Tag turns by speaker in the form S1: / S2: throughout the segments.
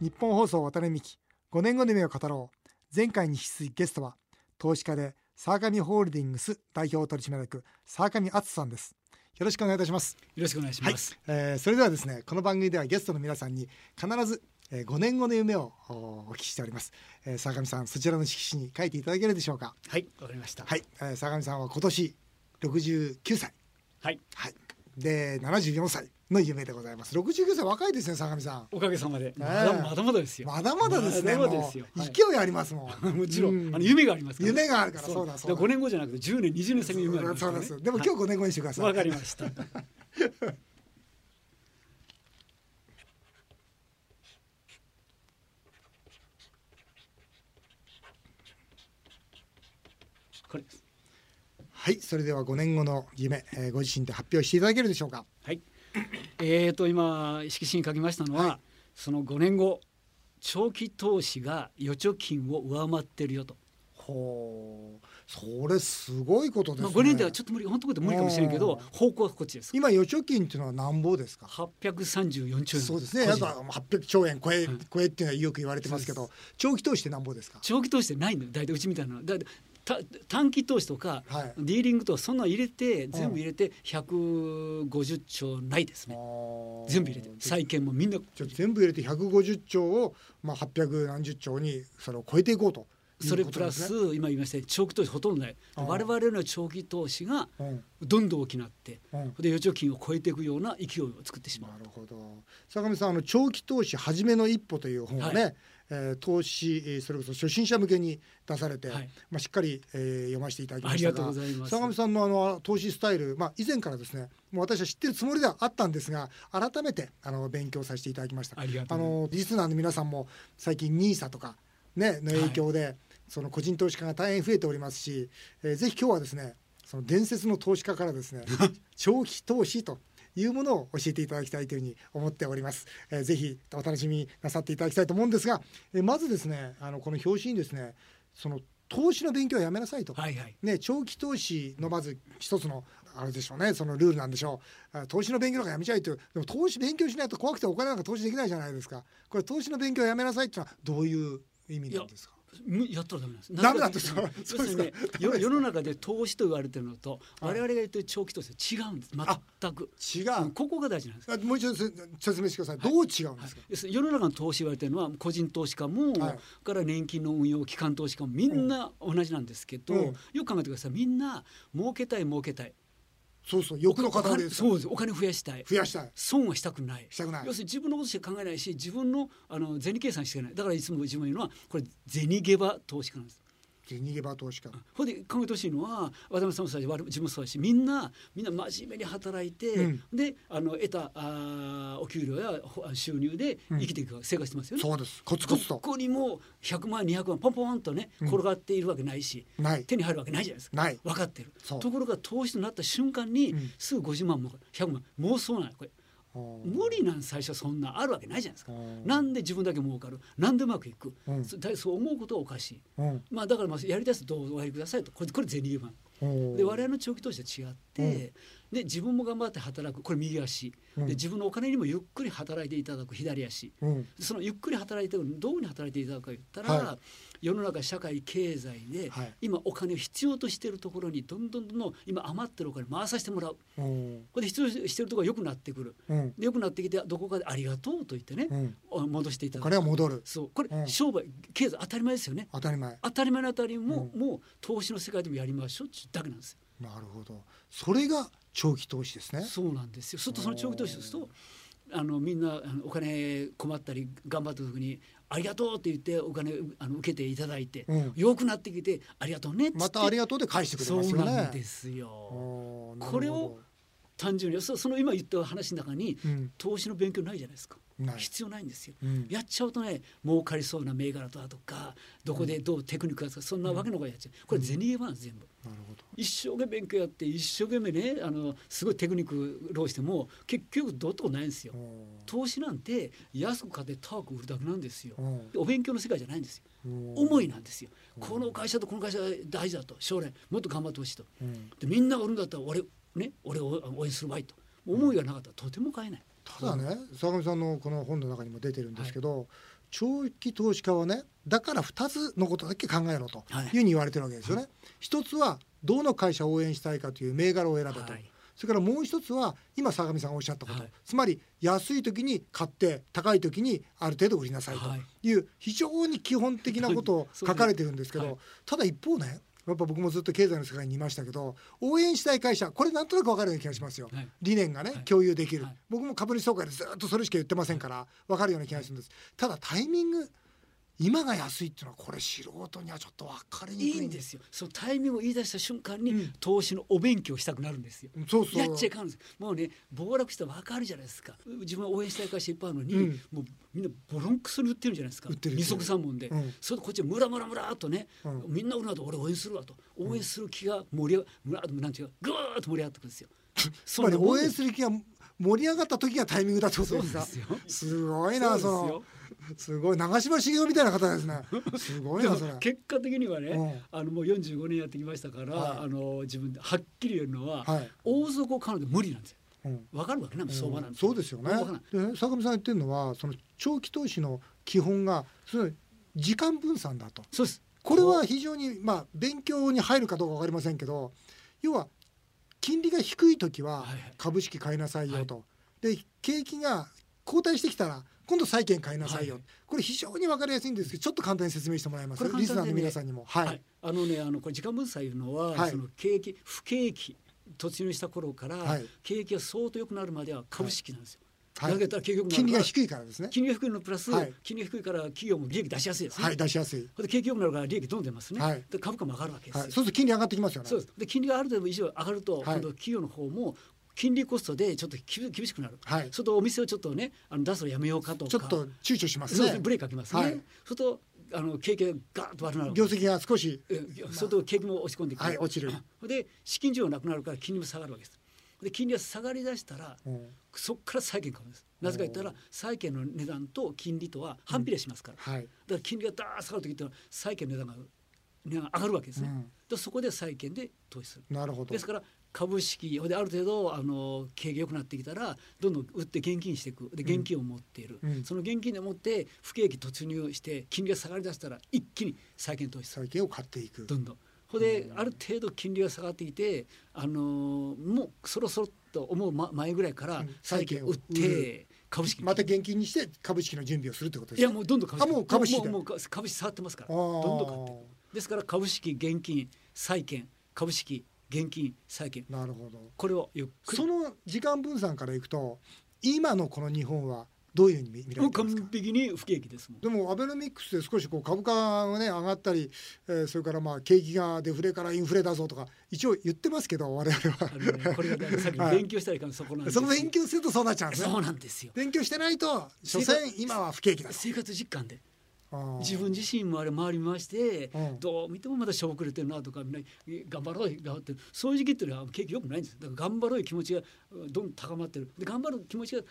S1: 日本放送渡辺美希5年後の夢を語ろう前回に引き続きゲストは投資家で沢上ホールディングス代表取締役沢上敦さんですよろしくお願いいたします
S2: よろしくお願いし
S1: はい
S2: ます。、
S1: えーそれではですねこの番組ではゲストの皆さんに必ず、えー、5年後の夢をおお聞きしております、えー、沢上さんそちらの色紙に書いていただけるでしょうか
S2: はい、わ、かりました。
S1: はい、えー、坂上さんは今年69歳
S2: はい
S1: はいで74歳の夢でございます69歳若いですね坂上さん
S2: おかげさまで、ま
S1: え
S2: だまだまだですよ。
S1: まだまだですね。
S2: まだまだですよ。
S1: もう
S2: はい
S1: 勢いありますもん。
S2: もちろん、
S1: う
S2: あの夢がありますから。
S1: 夢があるからそうだそうだ
S2: 5年後じゃなくて10年20年先の夢があります
S1: そう
S2: か
S1: な
S2: ら、
S1: ん
S2: ね。
S1: です。でも今日5年後にしてください。
S2: わ、かりました。 これです。
S1: はい、それでは5年後の夢、えーご自身で発表していただけるでしょうか。
S2: はい。えーと今色紙に書きましたのは、その5年後長期投資が預貯金を上回ってるよと。
S1: ほう、それすごいことです
S2: ま
S1: ね。
S2: あ、5年ではちょっと無理本当のこと無理かもしれんけ
S1: うん
S2: ど方向はこっちです
S1: 今預貯金っていうのは何ぼですか。
S2: 834兆円
S1: そうですね。やっ
S2: 個人
S1: ぱ800兆円超え、
S2: うん
S1: 超えっていうのはよく言われてますけ
S2: そ
S1: ど、長期投資って何ぼですか。
S2: 長期投資ってないのよ大体うちみたいなのはだってた短期投資とか
S1: はい。
S2: ディーリングとかそんなの入れて全部入れて150兆ないですね全部入れて債券もみんな
S1: じゃあ全部入れて150兆をまあ800何十兆にそれを超えていこうとい
S2: そうれ
S1: こ
S2: プ
S1: とで
S2: ラ
S1: すね。
S2: ス今言いましたように長期投資ほとんどない
S1: あー
S2: 我々の長期投資が
S1: うん
S2: どんどん大きくなって
S1: うん。
S2: で預貯金を超えていくような勢いを作ってしまう
S1: なるほど坂上さんあの長期投資初めの一歩という本をね、
S2: は
S1: えー投資えーそれこそ初心者向けに出されて、
S2: はい
S1: まあ、しっかり、えー読ませていただきま
S2: あ
S1: し
S2: り
S1: た
S2: がと
S1: が
S2: うございます
S1: 坂上さんのあの投資スタイル、まあ、以前からですねもう私は知ってるつもりではあったんですが改めてあの勉強させていただきました。
S2: ありがと
S1: あ
S2: うございます
S1: のリスナーの皆さんも最近 NISA とか、ね、の影響で、その個人投資家が大変増えておりますし、えーぜひ今日はですねその伝説の投資家からです ね長期投資というものを教えていただきたいというふうに思っております、えーぜひお楽しみになさっていただきたいと思うんですが、えーまずですねあのこの表紙にですねその投資の勉強はやめなさいと、
S2: はいはい
S1: ね、長期投資のまず一つのあれでしょうねそのルールなんでしょうあ投資の勉強なんかやめちゃいというでも投資勉強しないと怖くてお金なんか投資できないじゃないですかこれ投資の勉強やめなさいっていうのはどういう意味なんですか
S2: むやったらダメなんです。
S1: ダメなんですか
S2: 要するにね
S1: そうですかダ
S2: よ
S1: メですか
S2: 世の中で投資と言われてるのと、
S1: はい
S2: 我々が言ってる長期投資は違うんです。全く。
S1: 違う、
S2: ここが大事なんです。
S1: あもう一度せ説明してください、どう違うんですか、
S2: 要するに世の中の投資言われてるのは個人投資家も、
S1: はい
S2: から年金の運用機関投資家もみんな同じなんですけど、
S1: うん
S2: よく考えてくださいみんな儲けたい儲けたい
S1: そうそう欲の
S2: お
S1: 塊
S2: 金
S1: です
S2: そうですお金増やしたい
S1: 増やしたい
S2: 損はしたくない
S1: したくない
S2: 要するに自分のことしか考えないし自分のあの銭計算してないだからいつも自分が言うのはこれ銭ゲバ投資家なんです。
S1: 逃げ場投資家
S2: ほんで考えてほしいのは渡辺さんもそうだし我々自分もそうだしみんなみんな真面目に働いて、
S1: うん
S2: であの得たあーお給料やほあ収入で生きていく、生活してますよね。
S1: そうですコツコツと
S2: ここにもう100万200万ポンポンとね
S1: うん
S2: 転がっているわけないし、
S1: ない
S2: 手に入るわけないじゃないですか。
S1: ない
S2: 分かってる
S1: そう
S2: ところが投資となった瞬間に、
S1: うん
S2: すぐ50万も100万もうそうないこれ無理なん最初はそんなあるわけないじゃないですか。な
S1: なん
S2: で自分だけ儲かるなんでうまくいく、
S1: うん
S2: そだそう思うことはおかしい。
S1: うん
S2: まあ、だからまあやりだすとどうおやりくださいとこれこれ銭入れ版
S1: うん
S2: で我々の長期投資と違って、
S1: うん
S2: で自分も頑張って働くこれ右足、
S1: うん
S2: で自分のお金にもゆっくり働いていただく左足
S1: うん
S2: そのゆっくり働いてるのどういうふうに働いていただくか言ったら、
S1: は
S2: 世の中社会経済で、
S1: はい
S2: 今お金を必要としているところにどんどんどんどん今余ってるお金回させてもらう
S1: うん
S2: これで必要としてるところが良くなってくる
S1: うん
S2: で良くなってきてどこかでありがとうと言ってね、
S1: うん
S2: お戻していた
S1: お
S2: だ
S1: 金
S2: く
S1: は戻る
S2: そうこれ、
S1: うん
S2: 商売経済当たり前ですよね
S1: 当たり前
S2: 当たり前の当たりも、
S1: う
S2: もう投資の世界でもやりましょうっていうだけなんですよ。
S1: なるほどそれが長期投資ですね
S2: そうなんですよ。するとその長期投資をすると、あのみんなあのお金困ったり頑張った時にありがとうって言ってお金あの受けていただいて、
S1: うん
S2: 良くなってきてありがとうねっつって
S1: またありがとうで返してくれますよ
S2: そうなん
S1: ね
S2: ですよ。
S1: おーなるほど
S2: これを単純にそその今言った話の中に、
S1: うん
S2: 投資の勉強ないじゃないですか。
S1: ない
S2: 必要ないんですよ。
S1: うん
S2: やっちゃうとね儲かりそうな銘柄だとかどこでどうテクニックだとかそんなわけのほがやっちゃうこれ銭入れなんです全部。
S1: なるほど
S2: 一生懸命勉強やって一生懸命ねあのすごいテクニック労しても結局どうってことないんですよ
S1: おー
S2: 投資なんて安く買って高く売るだけなんですよ
S1: お
S2: お勉強の世界じゃないんですよ
S1: ー
S2: 思いなんですよこの会社とこの会社大事だと将来もっと頑張ってほしいと
S1: うん
S2: でみんなが売るんだったら俺ね俺を応援するわいと思いがなかったらとても買えない
S1: ただね坂上さんのこの本の中にも出てるんですけど長期投資家はねだから2つのことだけ考えろと
S2: はい
S1: いうふうに言われてるわけですよね。一つはどの会社を応援したいかという銘柄を選べと、
S2: はい
S1: それからもう一つは今坂上さんがおっしゃったこと、
S2: はい
S1: つまり安い時に買って高い時にある程度売りなさいと
S2: はい
S1: いう非常に基本的なことを
S2: そうです
S1: 書かれてるんですけど、
S2: はい
S1: ただ一方ねやっぱ僕もずっと経済の世界にいましたけど応援したい会社これなんとなく分かるような気がしますよ。
S2: はい
S1: 理念がね、
S2: はい
S1: 共有できる、
S2: はい
S1: 僕も株主総会でずっとそれしか言ってませんから分かるような気がするんですただタイミング今が安いっていうのはこれ素人にはちょっと分かりに
S2: い
S1: くい
S2: いんですすよそのタイミングを言い出した瞬間に、
S1: うん
S2: 投資のお勉強したくなるんですよ
S1: そうそう
S2: やっちゃいかんですもうね暴落したら分かるじゃないですか自分は応援したい会社いっぱいあるのに、
S1: うん
S2: もうみんなボロンクスに売ってるじゃないですか
S1: 売ってる売ってる
S2: 二足三門で、
S1: うん
S2: それでこっちはムラムラムラっとね、
S1: うん
S2: みんな売るなと俺応援するわと応援する気が盛り上がムラっとなんていうかぐーっと盛り上がってくるんですよ
S1: つまり応援
S2: る
S1: する気が盛り上がった時がタイミングだってこと
S2: そう
S1: で
S2: です
S1: か
S2: すよ
S1: すごい
S2: そう
S1: な
S2: です
S1: そ
S2: よ
S1: のすごい長嶋茂雄みたいな方ですねすごい
S2: で
S1: な
S2: も
S1: それ
S2: 結果的にはね、
S1: うん
S2: あのもう45年やってきましたから、
S1: はい
S2: あの自分ではっきり言えるのは、
S1: はい
S2: 王族を買うので無理なんですよ
S1: うん
S2: わかるわけないもん相場なんて
S1: そうですよね
S2: わかんない
S1: でね坂上さんが言ってるのはその長期投資の基本がその時間分散だと
S2: そうです
S1: これは非常に、まあ、勉強に入るかどうか分かりませんけど要は金利が低い時は
S2: はいはい
S1: 株式買いなさいよと、で景気が後退してきたら今度債券買いなさいよ、
S2: はい
S1: これ非常に分かりやすいんですけどちょっと簡単に説明してもらいます
S2: これ簡
S1: リ
S2: 単
S1: スナーの皆さんにも。はい、
S2: はい、あのねあのこれ時間分散いうのは、
S1: はい
S2: その景気不景気突入した頃から、
S1: はい
S2: 景気が相当良くなるまでは株式なんですよ。
S1: はい
S2: だけど結局
S1: 金利が低いからですね。
S2: 金利が低いのプラス、
S1: はい
S2: 金利が低いから企業も利益出しやすいですね。
S1: はい、出しやすい、
S2: で景気良くなるから利益どんどん出ますね。
S1: はい
S2: で株価も上がるわけです
S1: は
S2: よ。
S1: い。そうすると金利上がってきますよね。
S2: そうですで金利がある程度以上上がると、
S1: い
S2: 今度企業の方も金利コストでちょっときび厳しくなる、
S1: はい
S2: それとお店をちょっとねあの出すのやめようかとか
S1: ちょっと躊躇します
S2: そうですね
S1: ね。
S2: ブレーキかけますね、
S1: はい
S2: それとあの経営がガーッと悪くなる
S1: 業績が少し、
S2: えそれと景気も落ち込んでくる、
S1: はい、落ちる。
S2: で資金需要がなくなるから金利も下がるわけですで金利が下がりだしたら
S1: うん
S2: そこから債券買うんですなぜか言ったら債券の値段と金利とは反比例しますから、
S1: はい、
S2: だから金利がダーッと下がる時っていうのは債券の値段が値段が上がるわけですね、
S1: うん
S2: でそこで債券で投資する
S1: なるほど
S2: です。から株式ほんである程度あの経営が良くなってきたらどんどん売って現金にしていくで現金を持っている、
S1: うん
S2: その現金で持って不景気突入して金利が下がりだしたら一気に債券投資する
S1: 債券を買っていく。
S2: どんどん。ほんである程度金利が下がってきて、あのーもうそろそろと思うま前ぐらいから
S1: うん
S2: 債券を売っ
S1: 債券を売
S2: て株式に
S1: また現金にして株式の準備をするってこと
S2: い
S1: です
S2: や
S1: ね。
S2: もうどんどん株
S1: あもう株式
S2: もう
S1: で
S2: もうもう株式下がってますから
S1: あー
S2: どんどん買っていくですから株式現金債券株式現金債券
S1: なるほど。
S2: これをゆっくり
S1: その時間分散からいくと今のこの日本はどういうふうに見見られ
S2: もう
S1: てます
S2: 完
S1: か。
S2: 璧に不景気ですもん。
S1: でもアベノミクスで少しこう株価がね上がったり、えーそれからまあ景気がデフレからインフレだぞとか一応言ってますけど我々は
S2: あの ね、これがねさっきの
S1: はい
S2: 勉強したらいかんそこなんです
S1: そ
S2: よ
S1: の勉強するとそうなっちゃうんですね
S2: そうなんですよ。
S1: 勉強してないと所詮今は不景気だと
S2: 生活実感で
S1: あー
S2: 自分自身もあれ周り見まして、
S1: うん
S2: どう見てもまだしょぼくれてるなとかみんなえ頑張ろうよ頑張ってるそういう時期っていうのは景気良くないんですだから頑張ろういう気持ちがうんどんどん高まってるで頑張る気持ちが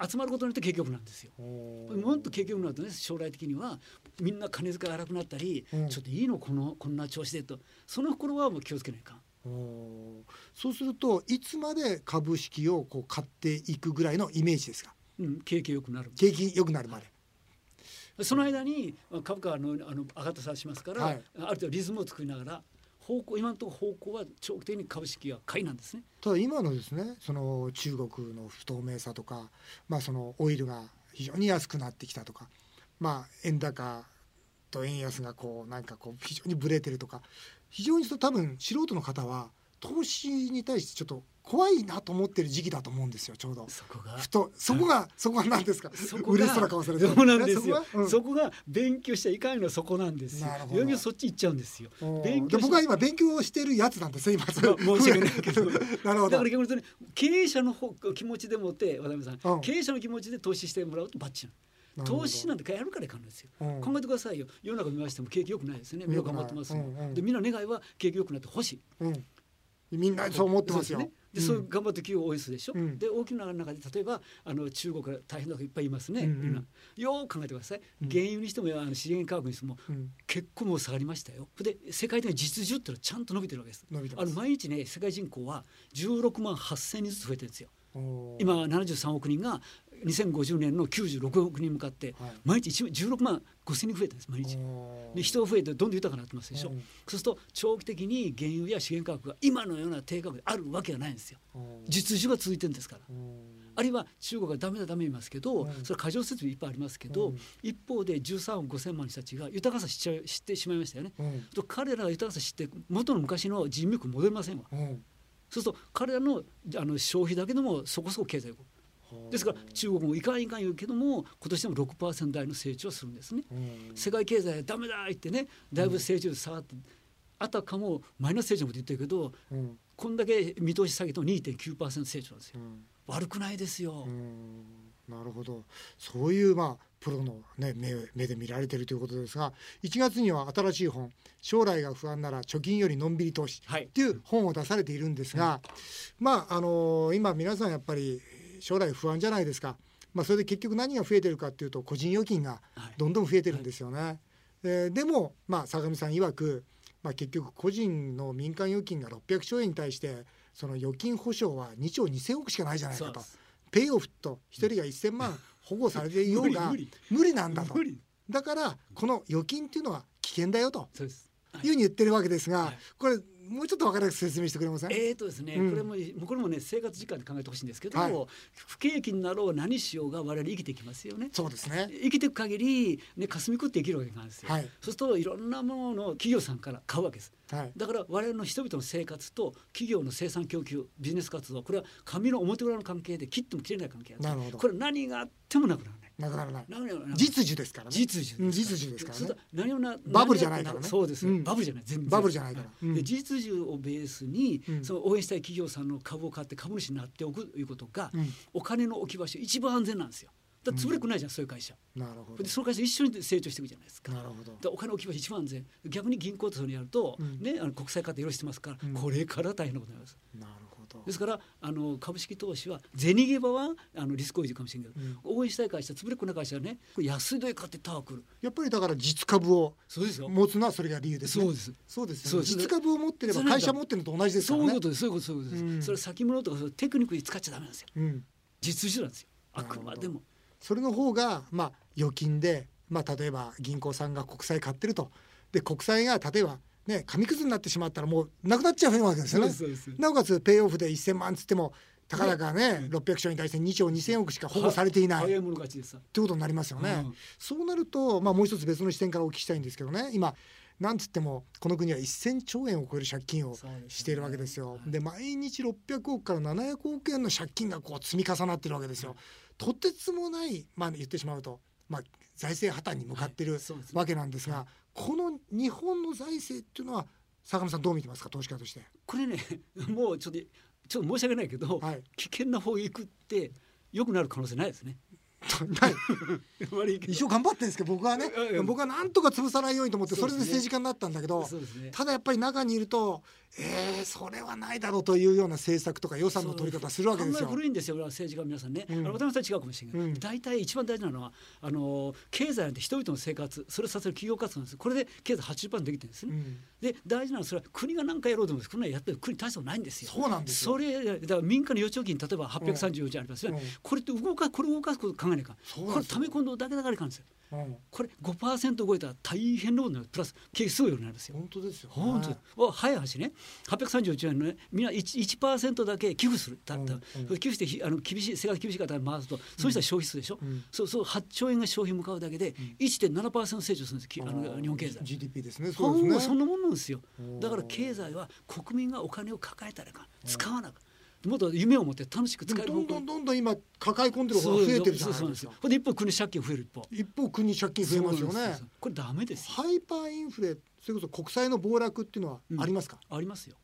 S2: あ集まることによって景気良くなるんですよ。
S1: おー
S2: もっと景気良くなるとね将来的にはみんな金遣い荒くなったり、
S1: うん
S2: ちょっといいのこのこんな調子でとその頃はもう気をつけないかん
S1: おーそうするといつまで株式をこう買っていくぐらいのイメージですか
S2: うん、景気良くなる
S1: 景気良くなるまで
S2: その間にまあ株価のあの上がったさしますから、
S1: はい
S2: ある程度リズムを作りながら方向今のところ方向は長期的に株式は買いなんですね。
S1: ただ今のですねその中国の不透明さとか、まあ、そのオイルが非常に安くなってきたとか、まあ、円高と円安がこうなんかこう非常にブレてるとか非常にその多分素人の方は投資に対してちょっと怖いなと思ってる時期だと思うんですよちょうど。
S2: そこが
S1: ふとそこがそこが何ですか
S2: そこが
S1: 嬉しそうな顔されてる
S2: そうなんですよ
S1: え
S2: そ
S1: そ
S2: こ,、
S1: こは
S2: が勉強しちゃいかんのそこなんですよ
S1: なるほど
S2: いよいよそっち行っちゃうんですよ
S1: うん
S2: 勉
S1: で
S2: 強し
S1: 僕は今勉強してるやつなんですね今それ
S2: まあ申し訳ない けど
S1: なるほ
S2: だか
S1: ど
S2: ら逆に言うとね経営者の方気持ちでもって渡辺さん、
S1: うん
S2: 経営者の気持ちで投資してもらうとバッチリ
S1: なるほど
S2: 投資なんてやるからいかんのですよ、
S1: うん
S2: 考えてくださいよ世の中見ましても景気良くないですねみんな頑張ってますよ、
S1: 良くないうんうん
S2: でみんな願いは景気良くなってほしい
S1: うん、みんなそう思ってますよ
S2: そうで,、ね、でそういう頑張って企業を応援するでしょ、
S1: うん
S2: で大きな中で例えばあの中国が大変なこといっぱいいますね、
S1: うんうん
S2: みんなよく考えてください、
S1: うん
S2: 原油にしてもあの資源価格にしても
S1: うん
S2: 結構もう下がりましたよで世界的な実需っていうのはちゃんと伸びてるわけです
S1: 伸びてま
S2: あ
S1: す
S2: の毎日ね世界人口は16万8,000人ずつ増えてるんですよ
S1: おー
S2: 今73億人が2050年の96億人に向かって
S1: はい
S2: 毎日1 16万5千人増えたんです毎日。で人が増えてどんどん豊かになってますでしょ、
S1: うん
S2: そうすると長期的に原油や資源価格が今のような低価格であるわけがないんですよ実需が続いてるんですからあるいは中国がダメだダメ言いますけど、
S1: うん
S2: それは過剰設備いっぱいありますけど、
S1: うん
S2: 一方で13億5千万人たちが豊かさ知っちゃ知ってしまいましたよね、
S1: うん
S2: と彼らが豊かさ知って元の昔の人脈戻りませんわ
S1: うん
S2: そうすると彼らのあの消費だけでもそこそこ経済力ですから中国もいかんいかん言うけども今年でも6%台の成長をするんですね
S1: うん
S2: 世界経済はダメだ言ってねだいぶ成長率下がって、あたかもマイナス成長のこと言ってるけど
S1: うん
S2: こんだけ見通し下げても2.9%成長なんですよ
S1: うん
S2: 悪くないですよ、
S1: うんなるほどそういうまあプロの、ね、目目で見られてるということですが1月には新しい本「将来が不安なら貯金よりのんびり投資」
S2: はい
S1: っていう本を出されているんですが、まああの今皆さんやっぱり将来不安じゃないですか、まあ、それで結局何が増えてるかっていうと個人預金が
S2: はい
S1: どんどん増えてるんですよね。えーでも、まあ、坂上さん曰く、まあ、結局個人の民間預金が600兆円に対してその預金保証は2兆2,000億しかないじゃない
S2: そ
S1: か
S2: うで
S1: と
S2: す
S1: ペイオフと1人が1,000万保護されていようが
S2: 無理
S1: 無理なんだと
S2: 無理
S1: だからこの預金っていうのは危険だよと
S2: そうです
S1: いうふうに言ってるわけですが、
S2: はい
S1: これもうちょっと分かりやすく説明してくれません
S2: えーとですね、
S1: うん
S2: これもこれもね生活時間で考えてほしいんですけど、
S1: はい
S2: 不景気になろう何しようが我々生きていきますよね
S1: そうですね
S2: 生きていく限りね霞くって生きるわけなんですよ、
S1: はい
S2: そうするといろんなものを企業さんから買うわけです
S1: はい
S2: だから我々の人々の生活と企業の生産供給ビジネス活動これは紙の表裏の関係で切っても切れない関係なんです
S1: なるほど
S2: これ何があってもなくならない
S1: なくならない
S2: なくならない
S1: 実需ですからね
S2: 実需
S1: うん実需ですからね
S2: そうだ何もな
S1: バブルじゃないからね
S2: そうです、
S1: うん
S2: バブルじゃない全然
S1: バブルじゃないから
S2: は
S1: うん
S2: で実需をベースに、
S1: うん
S2: その応援したい企業さんの株を買って株主になっておくということが、
S1: うん
S2: お金の置き場所一番安全なんですよだって潰れっくないじゃん、そういう会社
S1: なるほ
S2: で
S1: ど
S2: その会社一緒に成長していくじゃないですか
S1: なるほど
S2: だからお金置き場所一番安全逆に銀行とそれやると、
S1: うん
S2: ね、あの国際化っていろいろしてますから、
S1: うん
S2: これから大変なことになります
S1: なるほど
S2: ですからあの株式投資は銭ゲバはあのリスクをいるかもしれないけど、応援したい会社潰れっこない会社はねこれ安いで買ってタワー来る
S1: やっぱりだから実株を
S2: そうですよ、
S1: 持つのはそれが理由ですね
S2: そうです
S1: そうです
S2: そ
S1: よ
S2: う
S1: ね
S2: です
S1: 実株を持ってれば会社持ってるのと同じですか
S2: そ
S1: ら
S2: う
S1: ね
S2: いうことですそういうことそういうことです、
S1: うん
S2: それは先物とかそのテクニックに使っちゃダメなんですよ
S1: うん、
S2: 実需なんですよあくまでも
S1: それの方がまあ預金でまあ例えば銀行さんが国債買ってるとで国債が例えばね紙くずになってしまったらもうなくなっちゃうわけですよね
S2: そうですそうです
S1: なおかつペイオフで1000万つってもたかだかね600兆に対して2兆2000億しか保護されていない
S2: 早い者勝ちでさ
S1: ってことになりますよね。
S2: うん
S1: そうなると、まあ、もう一つ別の視点からお聞きしたいんですけどね今なんつってもこの国は1,000兆円を超える借金を
S2: そうですね
S1: しているわけですよ
S2: は。い
S1: で毎日600億から700億円の借金がこう積み重なってるわけですよ。とてつもない、まあ、言ってしまうと、まあ、財政破綻に向かってる
S2: はいそうですね
S1: わけなんですがこの日本の財政っていうのは坂上さんどう見てますか投資家と して。
S2: これねもうちょっとちょっと申し訳ないけど、
S1: はい
S2: 危険な方へ行くって良くなる可能性ないです ね
S1: はい
S2: 悪いけ ど
S1: 一生頑張ってるんですけど僕はね
S2: いやいや
S1: 僕はなんとか潰さないようにと思って
S2: そ
S1: そうれ
S2: で
S1: です
S2: ね
S1: 政治家になったんだけど
S2: そうですね
S1: ただやっぱり中にいるとえー、それはないだろうというような政策とか予算の取り方するわけです
S2: 考
S1: よ
S2: え。古いんですよ政治家の皆さんね、
S1: うん
S2: あの渡辺さんは違うかもしれないけど、
S1: うん
S2: 大体一番大事なのはあの経済なんて人々の生活それを支える企業活動なんですよこれで経済80%できてるんですね、
S1: うん
S2: で大事なのはそれは国が何かやろうと思うんですこんなのやってる国大したことないんですよ
S1: そうなんですよ
S2: それだから民間の預貯金例えば834兆ありますよね、
S1: うん
S2: これって動かこれ動かすこと考えないか
S1: そうなん
S2: これ
S1: ですよ
S2: 溜め込んだだけだからいかんですよ
S1: うん
S2: これ5%超えたら大変なことになるプラス景気すごいようになりますよ
S1: 本当ですよ、ね。
S2: 本当にお早い話ね831円のねみんな 1%, 1だけ寄付するだ
S1: う
S2: った、
S1: んうん
S2: それ寄付してひあの厳しい生活厳しい方に回すとそうしたら消費するでしょ、
S1: うん
S2: そうそう8兆円が消費に向かうだけで1.7%成長するんですきあの日本経済
S1: GDP ですね。そう
S2: ほん
S1: で
S2: の
S1: す
S2: そん
S1: ね。
S2: なもんなんですよ
S1: うん
S2: だから経済は国民がお金を抱えたらいかん使わなかもっと夢を持って楽しく使
S1: で
S2: え
S1: も
S2: る
S1: どんどんどんどん今抱え込んでる方
S2: そう
S1: が
S2: そう
S1: 増えてるじゃない
S2: そう
S1: で
S2: ん
S1: すか
S2: よ。ほんで一方国借金増える一方
S1: 一方国借金増えますよ
S2: そうなんで
S1: ね
S2: す。よこれダメですよ
S1: ハイパーインフレそれこそ国債の暴落っていうのはありますか。
S2: ありますよ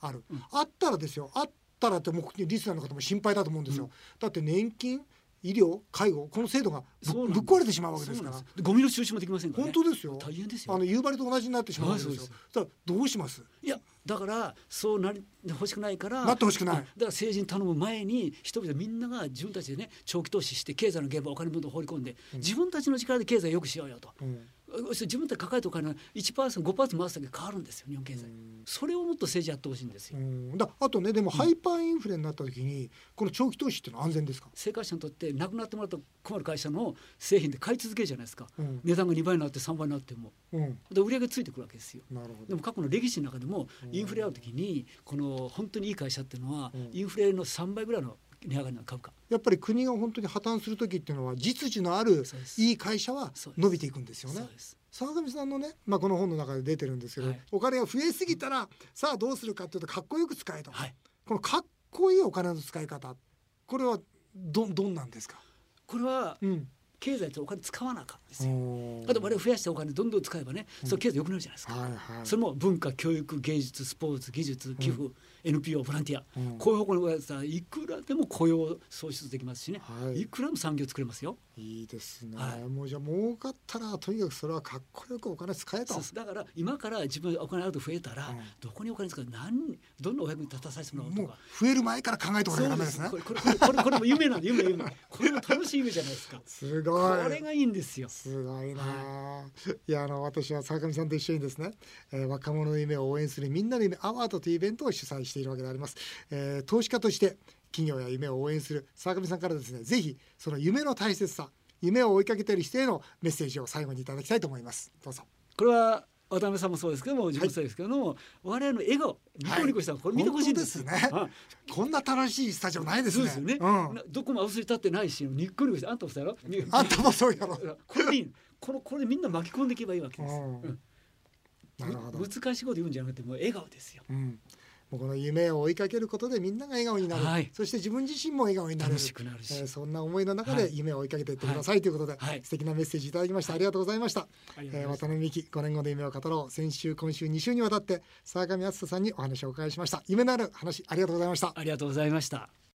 S1: ある、あったらですよあったらってもうリスナーの方も心配だと思うんですよ、
S2: うん
S1: だって年金医療介護この制度がぶ
S2: そうなん
S1: ぶ
S2: で
S1: っ
S2: す
S1: 壊れてしまうわけですから
S2: そうなんよゴミの収集もできませんから、
S1: 本
S2: ね、
S1: 当ですよ
S2: 大変ですよ
S1: あの夕張と同じになってしまうわけですよ
S2: はいそう
S1: だか
S2: で
S1: らどうします
S2: いやだからそうなり欲しくないから
S1: なってほしくない
S2: だから政治に頼む前に人々みんなが自分たちでね長期投資して経済の現場お金分と放り込んで、自分たちの力で経済を良くしようよと、
S1: うん
S2: 要するに自分で抱えてお金が1%、5%回すだけ変わるんですよ、日本経済。それをもっと政治やってほしいんです
S1: う
S2: よ。
S1: んだあとねでもハイパーインフレになった時に、この長期投資っていうのは安全ですか、
S2: 生活者にとってなくなってもらったら困る会社の製品で買い続けるじゃないですか。
S1: うん
S2: 値段が2倍になって3倍になっても。
S1: うん、
S2: で売り上げついてくるわけですよ。
S1: なるほ
S2: で
S1: ど
S2: も過去の歴史の中でも
S1: うん
S2: インフレある時にこの本当にいい会社っていうのは
S1: うん
S2: インフレの3倍ぐらいの値上がりの株価
S1: やっぱり国が本当に破綻する時っていうのは実需のある
S2: そうです
S1: いい会社は
S2: そうです
S1: 伸びていくんですよ
S2: そ
S1: ね
S2: う。です
S1: 沢上さんのね、まあ、この本の中で出てるんですけど、
S2: はい
S1: お金が増えすぎたらさあどうするかっていうとかっこよく使えと、
S2: はい
S1: このかっこいいお金の使い方これはどどんなんですか、
S2: これは
S1: うん、
S2: 経済とお金使わなあかんですよ
S1: おー
S2: あと我々増やしたお金どんどん使えばねそれ経済良くなるじゃないですか
S1: はいはい
S2: それも文化教育芸術スポーツ技術寄付 NPO ボランティア
S1: うん
S2: こういう方向にやったらいくらでも雇用を創出できますしね
S1: はいい、
S2: くらでも産業作れますよ
S1: いいですね、
S2: はい
S1: もうじゃあ儲かったらとにかくそれはかっこよくお金使えと
S2: そうですだから今から自分お金あると増えたら
S1: うん
S2: どこにお金使う何どんなお役に立たさせてもらおうと
S1: もう
S2: か
S1: 増える前から考えておかなきゃダメ
S2: そうで
S1: です
S2: す
S1: ね
S2: これこれこれこれこれも夢なんで夢夢これも楽しい夢じゃない ですか
S1: すごい
S2: これがいいんですよ
S1: すごいなあ、い、やあの私は坂上さんと一緒にですね、えー若者の夢を応援するみんなの夢アワードというイベントを主催しているわけであります、えー投資家として企業や夢を応援する坂上さんからですねぜひその夢の大切さ夢を追いかけている人へのメッセージを最後にいただきたいと思いますどうぞ
S2: これは渡辺さんもそうですけども自分もそうですけども、我々の笑顔ニコニコしたの、これ見てほしいんですよ
S1: 本当ですね
S2: はい
S1: こんな楽しいスタジオないです
S2: そう
S1: ね
S2: ですよね、
S1: うん
S2: な、どこも薄れ立ってないしニコニコしてあんたもそうやろに
S1: あんたもそうやろ
S2: これでいいのこのこれでみんな巻き込んでいけばいいわけです、
S1: うん
S2: うん
S1: なるほど、
S2: 難しいこと言うんじゃなくてもう笑顔ですよ
S1: うん、もうこの夢を追いかけることでみんなが笑顔になる、
S2: はい
S1: そして自分自身も笑顔になれ
S2: 楽
S1: る
S2: しくなるし、
S1: えーそんな思いの中
S2: は
S1: で
S2: い
S1: 夢を追いかけていってくださいということで、
S2: はい
S1: 素敵なメッセージいただきました、ありがとうございました、
S2: ありがと
S1: えー渡
S2: うございます
S1: 辺美希5年後の夢を語ろう先週今週2週にわたって沢上敦人さんにお話をお伺いしました夢のある話ありがとうございました
S2: ありがとうございました